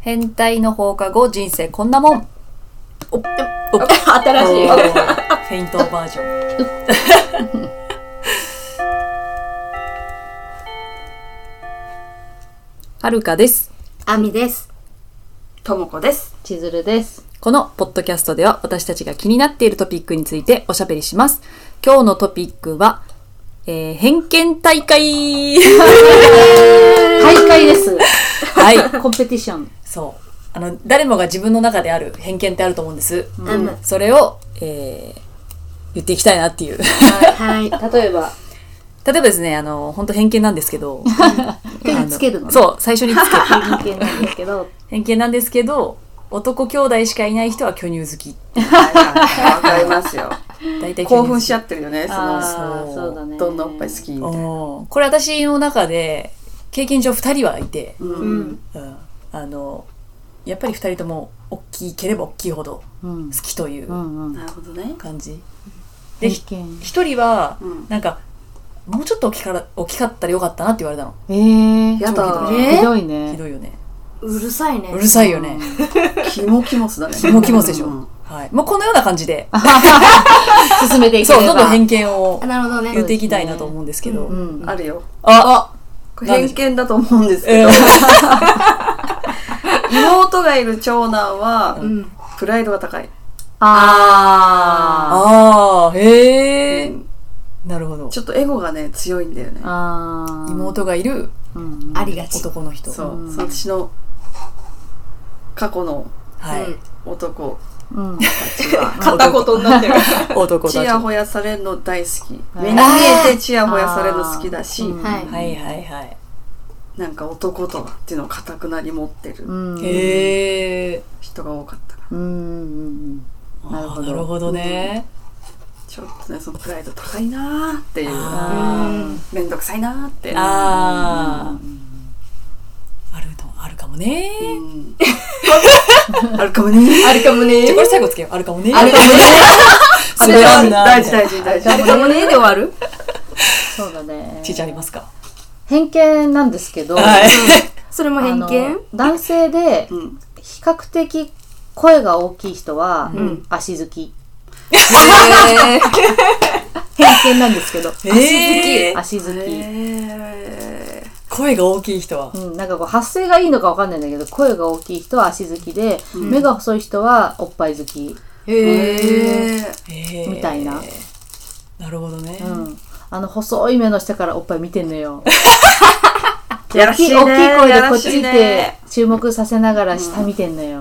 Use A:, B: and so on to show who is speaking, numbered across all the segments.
A: 変態の放課後人生こんなもん。お
B: 新しい。
A: おー フェイントバージョン。はるかです。
B: あみです。ともこです。
C: 千鶴です。
A: このポッドキャストでは私たちが気になっているトピックについておしゃべりします。今日のトピックは、えー偏見大 会
C: 大会です。
A: はい。
C: コンペティション。
A: そう。あの、誰もが自分の中である偏見ってあると思うんです。
B: うん。
A: それを、えー言っていきたいなっていう。
B: はい。
C: 例えば、
A: 例えばですね、あの、本当偏見なんですけど。
C: 手につける
A: あ
C: の、
A: の
C: ね。う。
A: そう、最初につける。
C: 偏見なんですけど、
A: 偏見なんですけど、男兄弟しかいない人は巨乳好き。
B: わかりますよ。
A: 大体巨乳好き
B: 興奮しちゃってるよね。その、
C: ああ
A: そ
C: ー、
A: う
C: そうだね。
B: どんどんおっぱい好きみたいな。
A: うんこれ私の中で、経験上二人はいて、
B: う。
C: うんん。
A: うんあの、やっぱり二人とも、大きいければ大きいほど
C: うん
A: 好。きといううん
C: うん。
B: なるほどね。
A: 感じ。で、
C: 偏
A: ひ
C: 見。
A: 一人は、
B: うん。
A: なんか、もうちょっと大きから大きかったらよかったなって言われたの。
C: ええ
B: やだ。
C: ー。ひどいね。
A: ひどいよね。
D: うるさいね
A: うるさいよね。
B: キモキモスだね。
A: キモキモスでしょ
B: うん
A: はい。もうこのような感じで、
C: 進めていけれ
A: そ
C: ば。
A: う、どんどん偏見を
D: あなるほどね
A: 言っていきたいなと思うんですけど。
C: う
B: うん
C: ん。
B: あるよ。
A: あ
B: これ偏見だと思うんですけ
A: え
B: ど
A: ー、
B: 妹がいる長男は
D: う、ん
B: プライドが高い。
C: あ
A: あ
C: ー。
A: ー、へえ、
B: うん
A: なるほど。
B: ちょっとエゴがね、強いんだよね。
C: あー。
A: 妹がいる
C: うん。
D: ありがち
A: 男の人。
B: そうう。
C: ん
B: そう私の過去の
A: はい、
D: うん
B: 男
C: うん。
B: たちは、
A: 片言
B: になってる。
A: 男
B: チ
A: たち。
B: ヤ
A: は
B: ホヤされるの大好き。
C: はい
B: 目に見えてチヤホヤされるの好きだし、
C: うん
D: はい
A: いはいはい。
B: なんか男とはっていうのをかたくなに持ってる
C: うん。
A: へえ
B: 人が多かったから。
C: うんうん
A: ー。
C: なるほど
A: あーなるほどね。
B: ちょっとね、そのプライド高いなーっていう。
A: あー
B: めんどくさいなーって。
A: あー。あるの、あるかもね
B: うんあるかもね。
D: あるかもね
A: じゃあこれ最後つけよう。あるかもね
D: あるかもね
A: それはあんな。
B: 大事
A: みたい
B: 大事大事。
D: あるかもねで終わる
C: そうだね
A: な。ちいちゃんありますか
C: 偏見なんですけど、
A: はい。
D: それも
C: あ
D: 偏
C: の
D: 見
C: 男性で
B: うん。
C: 比較的声が大きい人は、
B: ん
C: 足好き
D: え
C: 偏見なんですけど
A: えー
C: 足好き、
B: え
A: 声が大きい人は。
C: うん、なんかこう発声がいいのかわかんないんだけど声が大きい人は足好きで、
B: ん
C: 目が細い人はおっぱい好き、
D: ー
B: ー。
D: へえ
B: えー。
A: えー
C: みたいな。
A: なるほどね。
C: うん、あの細い目の下からおっぱい見てんのよ
B: や
C: 大
B: らし
C: き
B: い
C: い
B: ね。
C: 大きい声で
B: や
C: こ
B: ら
C: っち
B: しい
C: 見て
B: ね。
C: 注目させながら下見てんのよ、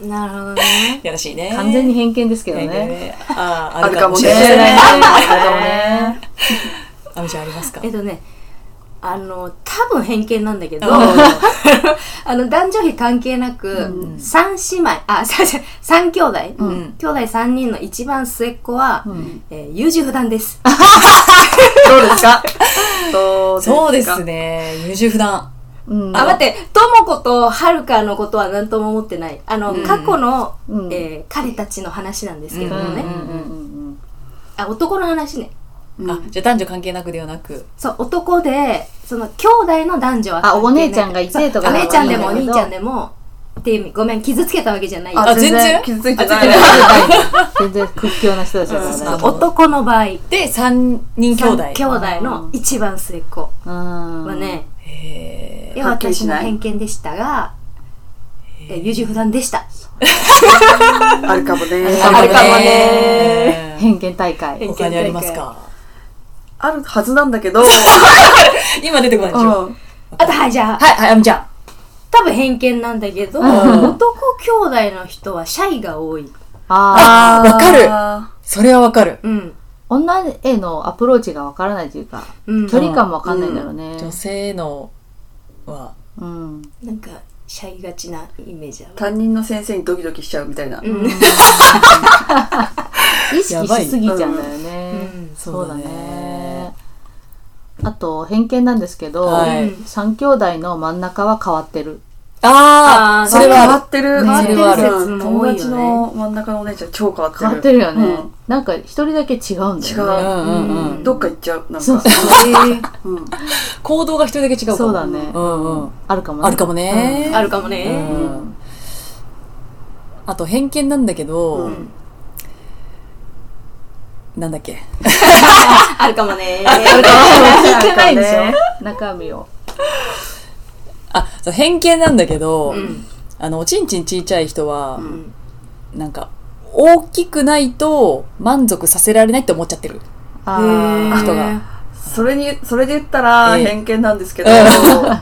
D: なるほど ね
A: やらしいね。
C: 完全に偏見ですけどね、
A: ああ、
B: あ
A: あ
B: る
A: る
B: か
A: か
B: も
A: も
B: し
A: し
B: れ
A: れ
B: な
A: ないい。
C: ね
A: あみちゃんありますか
D: えっとねあの多分偏見なんだけど
A: あ
D: あの男女比関係なく三姉妹あ 三姉妹三兄弟
A: ん
D: 兄弟三人の一番末っ子は
C: ん
D: えー優柔不断です
B: どうですかどうですか
A: そうですね。優柔不断。
C: うん
D: あ、待って、ともことはるかのことは何とも思ってない。あの、
A: うん
D: 過去の、
C: うん
D: えー彼たちの話なんですけど
C: う
D: も
C: んうん
D: ね、
C: うんうん
D: あ、男の話ね。
B: うん
A: あ、じゃあ男女関係なくではなく。
D: そう、男で、その、兄弟の男女は
C: あお姉ちゃんがいてとか
D: そうお姉ちゃんでもお
C: でもいいん
D: 兄
C: だけど
D: ちゃんでも、っていう、ごめん、傷つけたわけじゃないよ。
A: あ、全然
B: 傷ついて
A: あ
B: ない
A: 全
B: ね
A: 然。
C: 全然屈強な人たちだから
A: あ
C: ね。
A: の
D: 男の場合、兄
A: で、三人兄弟。
D: 兄弟の一番末っ子
C: うん。
D: はね、
A: へえ。
D: いや
B: はっきり
D: 私
B: し
D: の
B: ない
D: 偏見でしたが、え優柔不断でした。
B: あるかもね。
C: あるかも
A: ね
C: 偏見大会。
A: 他にありますか
B: あるはずなんだけど、うん
A: 今出てこないでしょ。
B: あ
D: あと、はい、じゃあ、
A: はい、はい、あみちゃん。
D: 多分偏見なんだけど、男兄弟の人はシャイが多い。
C: ああ。
A: あーわかるそれはわかる。
D: うん。
C: 女へのアプローチがわからないというか、
D: うん。
C: 距離感もわかんないんだろうね。
A: 女性のは、
C: うん。
D: なんか、シャイがちなイメージある。
B: 担任の先生にドキドキしちゃうみたいな。
D: うん。、
C: 意識しすぎちゃうんだよね。
A: うん
C: そうだね。。あと、偏見なんですけど
A: はい
C: 三兄弟の真ん中は変わってる。
A: あ
D: あ
A: あ、
D: ー
A: それはあ
B: 変
A: る
B: わってる。
C: ね
B: 変わってる
C: 変
D: わってる説
B: うん
D: も多
B: 友
D: いよね
B: 達の真ん中のお姉ちゃん超変わってる。
C: 変わってるよね、
B: うん
C: なんか一人だけ違うんだ
B: 違
C: よね
A: う
B: う。
A: んうんうん。
D: ん
B: どっか行っちゃう。なんか。
C: そうそう
B: うん
A: 行動が一人だけ違うかも。
C: そうだね、
A: うんうん。
C: あるかもね
A: あるかもね。
D: あるかもね。
A: うんあと偏見なんだけど、
B: うん
A: なんだっけ。
D: あるかもね。
C: 聞いてないんでしょ中身を
A: あ、そう偏見なんだけど、
D: うん
A: あの、おちんちんちいちゃい人は、
B: ん
A: なんか、大きくないと満足させられないって思っちゃってる。
C: あ
D: へー
C: ー
A: 人が。
B: それに、それで言ったら
A: ええ
B: 偏見なんですけど、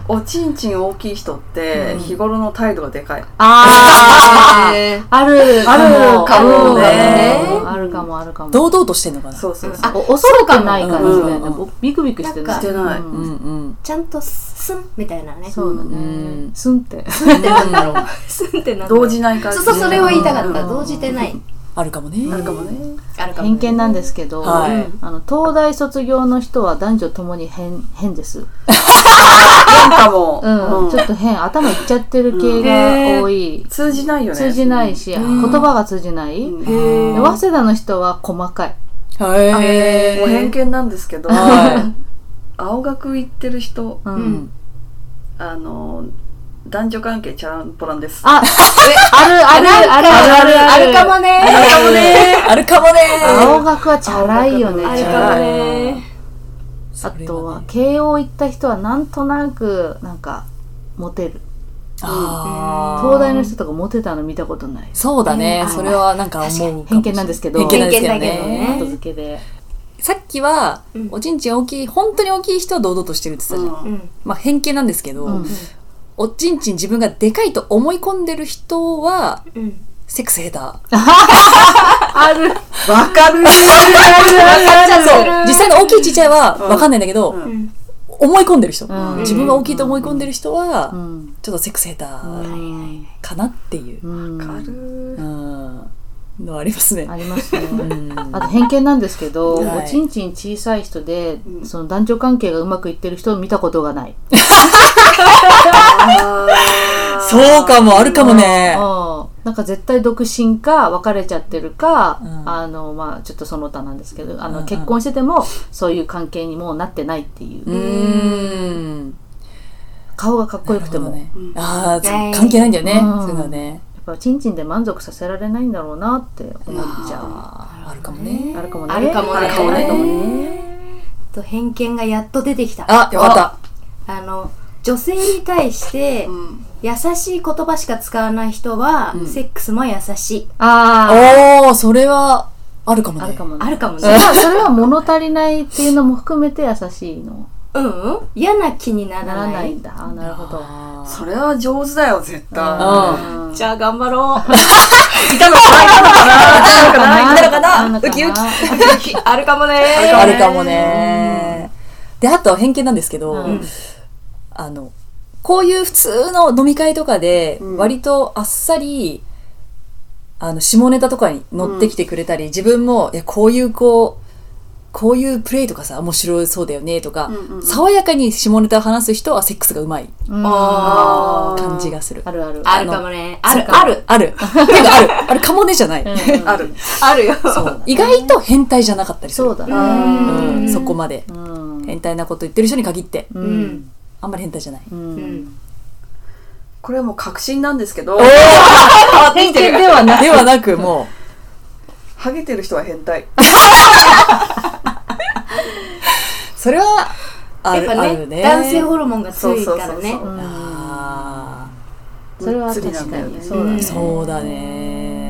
B: おちんちん大きい人って日頃の態度がでかい。
C: あー
D: えー
C: ある
B: あるかも
D: ね
C: うんあるかもあるかも
A: 堂々としてんのかな。
B: そうそうそう。
C: あ恐れてない感じだよね、
A: うん
C: ビクビクしてない
D: なんかして
B: ない
C: うん
A: うんうん。
D: ちゃんとスンみたいなね。
C: そうだね、
A: うん
C: スンって
D: なんだろう。スンってなんだろう
B: 動じない感じ。
D: そうそう、それを言いたかった。
C: うん
D: 動じてない。
A: あるかもね。
B: あるかもね。
D: あるかもね。
C: 偏見なんですけど、
A: はい
D: うん
C: あの東大卒業の人は男女ともに変変です、
B: なんかも。
C: うん
B: うん
C: ちょっと変頭いっちゃってる系が多い、
B: 通じないよね。
C: 通じないし、
D: ん
C: 言葉が通じない、
B: うん。
D: へ
C: で
D: ー
C: 早稲田の人は細かい
A: へ
B: もう偏
A: ー。
B: 見なんですけど、
A: は
B: 青学行ってる人、
C: う
A: い。
C: ん
A: うん。
B: あの、男女関係チャランポランです。
C: ああるあるあるある
D: あるかもね。
A: あるかもね。あるかもね。
C: 青学はチャラいよね
D: あ
C: チ
D: る
C: ャ
D: か
C: ラい
D: もね。
C: あとは
A: それね
C: 慶応行った人はなんとなくなんかモテる
A: あー
C: 東大の人とかモテたの見たことない
A: そうだね
C: う。ん
A: それはなんか思うか
C: 偏
A: もしれ
C: 見
A: な。
C: ないんですけど
A: 偏見なんですけど
D: 偏見だけど
A: ね
D: ね。
C: 後付けで
A: さっきは
D: うん、
A: おちんちん大きい、本当に大きい人は堂々としてるって言ってたじゃん。
B: うん
D: うん。
A: まあ偏見なんですけど、
C: うん
A: おちんちん自分がでかいと思い込んでる人は、
D: うん。
A: セックス下手。わ
C: ある
B: わかる
A: かっちゃう。実際の大きいちっちゃいは
B: うん
A: わかんないんだけど、
B: うん
D: うん。
A: 思い込んでる人、
C: うん
A: 自分が大きいと思い込んでる人は、
C: うん
A: ちょっとセックス下手
C: うん
A: かなっていう、
C: うん
B: わかる
A: うんのはありますね。
C: ありますね
A: うん
C: あと偏見なんですけど、
A: はい
C: おちんちん小さい人で、
B: うん
C: その男女関係がうまくいってる人を見たことがない。
B: あー
A: そうかも、あるかもね。
C: うんなんか絶対独身か別れちゃってるか、
A: うん
C: あのまあちょっとその他なんですけどあの、
A: うんうん
C: 結婚しててもそういう関係にもうなってないっていう、
A: うーん。
C: 顔がかっこよくても、
A: なる
C: や
A: ほどね
B: う。ん
A: ああ、そう
D: はい
A: 関係ないんだよね。
C: うん
A: そうだね。
C: っぱちんちんで満足させられないんだろうなって思っちゃ
A: あーあるかもね
C: う。。あるかもね。
D: あるかもね。
B: あるかもね
D: あるかもねと偏見がやっと出てきた。
A: あ、よかった。
D: あの、女性に対して
B: う、ん
D: 優しい言葉しか使わない人は、
A: うん
D: セックスも優しい。
C: あ
A: おー、それは、あるかも
C: あ
A: ね。
C: あるかもね。
D: あるかも
C: それ
D: ね。
C: はそれは物足りないっていうのも含めて優しいの。
D: うんうん嫌な気にな
C: な
D: ら
C: ら
D: な
C: ない
D: い。
C: んだ。あーなるほど。
A: あー
B: それは上手だよ、絶対。
A: ん
C: うん
D: じゃあ頑張ろ
B: いたのかないたのかないたのかな
C: な
A: のかなウキウキ
D: う。あるかもね
A: あるかもね。で、あとは偏見なんですけど、
C: うん
A: あの、こういう普通の飲み会とかで、
B: うん
A: 割とあっさり、あの、下ネタとかに乗ってきてくれたり、自分も、いや、こういうこう、こういうプレイとかさ、面白そうだよね、とか、
B: うんうんうん
A: 爽やかに下ネタを話す人はセックスがうまい
C: うん
B: あー
A: 感じがする。
C: あるある。
D: あるかもね。あ
A: そ
D: る
A: う
D: ある。
A: ある。けどある。あれかもねじゃない。
C: うん
B: ある。
D: あるよ。
A: そう意外と変態じゃなかったりする。
C: そうだ
D: う
C: ね。
A: うん
D: ん。
A: そこまで。
C: うん
A: 変態なこと言ってる人に限って、
C: う。
D: うんん。
A: あんまり変態じゃない。
C: う。
D: うんん。
B: これはもう確信なんですけど、
C: 偏見ではなく。
A: ではなく、も
B: ハゲてる人は変態。
A: う、それは、あ
D: やっ
A: るあ
D: ぱ
A: るね。
D: ね、男性ホルモンが強いから
B: そうそう
D: ね
B: そ。う
A: あ
C: それは
B: 釣りな
C: 確
B: ん
C: か
B: だよね
C: に。そうだ
A: ー
C: ね。
A: そうだね。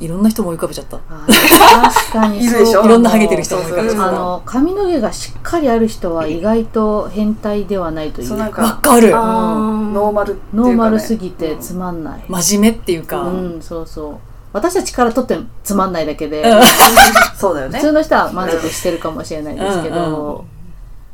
A: いろんな人も浮かべちゃった。
C: あー確かに
B: い
C: そう
B: るでしょ
A: いろんなハゲてる人もいるから
B: そうそう
C: あ
B: そう
C: の、髪の毛がしっかりある人は意外と変態ではないとい
B: そう、なん
C: う。
A: わ
B: か、
A: かる。
B: ノーマルっていうかね。
C: ノーマルすぎてつまんない。
A: 真面目っていうか、
C: うん、そうそう。私たちからとってつまんないだけで、
B: そうだよね
C: 普。通の人は満足してるかもしれないですけど、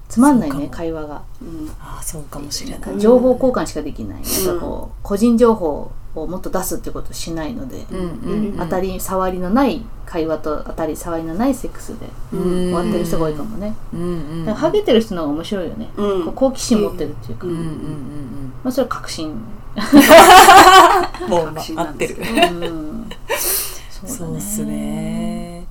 C: つまんない
A: そうか
C: ね
A: も
C: 会話が
B: うん
A: ああ、そうかもしれない。
C: 情報交換しかできない、なんかこう個人情報をもっと出すってことをしないので、
A: うんうんうん
C: 当たり障りのない会話と当たり障りのないセックスで終わってる人が多いかもね、
A: うんうん。
C: だからハゲてる人の方が面白いよね、
B: うん
C: こう好奇心持ってるっていうか、
A: うんうんうんうん。
C: まあ、それは確信
A: もう、ま
B: 確信
A: あ、
B: な
A: 合っ
B: ん
A: て
B: です
A: る
B: けど。
C: うんそ
A: そうっすね。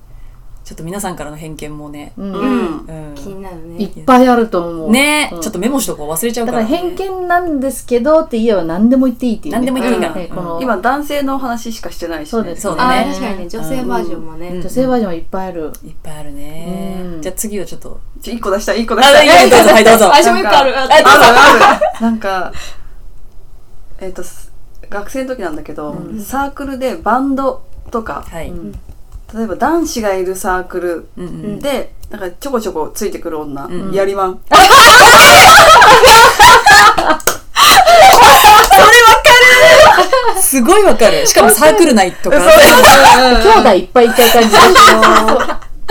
A: ちょっと皆さんからの偏見もね。
C: う
B: うんん。
A: うん
D: 気になる
C: い
D: ね。
C: っぱいあると思う
A: ね、
C: うん
A: ちょっとメモしとこう忘れちゃう
C: だ
A: か。
C: からら偏見なんですけどって言えば何でも言っていいっていうね、
A: 何でも
B: 言っていい
A: から
C: ねこの
B: 今男性の話しかしてないしね。
C: そうです
A: そうだ
D: あ
A: ね
D: ー確かにね、女性バージョンもね。
A: うん
C: 女性バージョンいっぱいある、
A: いっぱいあるね。
C: うん
A: じゃあ次はちょっと。
B: ちょ一個出したい、一個出
A: あ、
B: したい。
A: はい、どうぞ、はい、どうぞ。
D: 私も一個ある。あ
B: あるある。なんか、えっ、と、す学生の時なんだけど、
C: うん
B: サークルでバンドとか、
A: はい。うん
B: 例えば男子がいるサーク
A: う
B: ル
A: ん。
B: で、なんかちょこちょこついてくる女、
A: うん
B: やりまん。
A: すごいわかる。しかもサークル内とか。
C: 兄弟いっぱいいた感じでし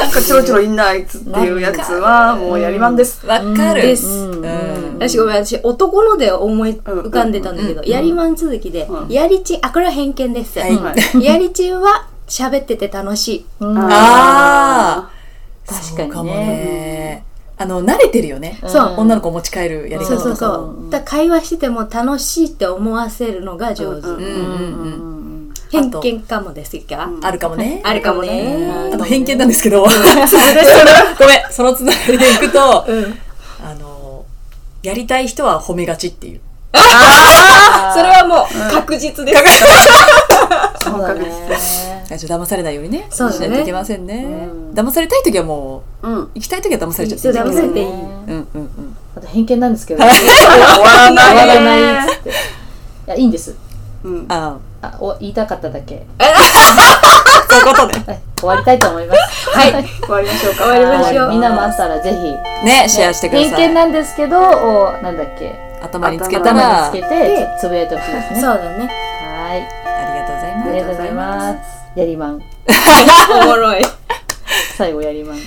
B: なんかちょろちょろいんなあいつっていうやつは、もうやりまんです。
A: わかる。
D: です
A: うん
C: うん
D: 私ごめん、私男ので思い浮かんでたんだけど、
A: うん
D: やりまん続きで、
B: うん
D: やりちん、あ、これは偏見です。
A: はい
B: はい
D: やりちんは喋ってて楽しい。
C: ょ、うん
A: あ
C: 確か
A: そ
C: にね
A: うかもね。あの、慣れてるよね。
C: うん
D: そう
A: 女の子持ち帰るやり
D: そ
A: 方
D: うそう
A: とか。
D: そう。だから会話してても楽しいって思わせるのが上
B: う
D: 手。
A: うん
B: ん
A: うんうん。
C: ん
D: 偏見かもですが、
B: うん
A: あるかもね。
D: あるかもね。
A: あと偏見なんですけど、それそれ ごめん、そのつながりでいくと、あの、やりたい人は褒めがちっていう。
D: それはもう確実です。
C: そうだね
A: あちょっと騙されないようにね、
D: そうだね
A: しないといけませんね。
B: うん
A: 騙されたい時はもう、
B: うん。
A: 行きたい時は騙されちゃって
D: そう騙されていい。
A: うんうんうん。
C: あと偏見なんですけど、
A: はい
B: 終わらない。
C: 終わらないっつっていやいいんです
B: うん。
A: あ
C: あお言いたかっただけ、
A: あ、そういうことね。
C: はい、終わりたいと思いますはい終
B: 終わりましょうか。
C: わりま
D: しょう
C: みんなもあったらぜひ、
A: ね、シェアしてください。
C: 偏見なんですけどをなんだっけ
A: 頭につけたら、
C: 頭
A: あ
C: に
A: り
C: つけてつぶやいてほしいですね
D: そうだね。
C: はい
A: がとうございます
C: ありがとうございますやりまん
D: おもろい。
C: 最後やりまん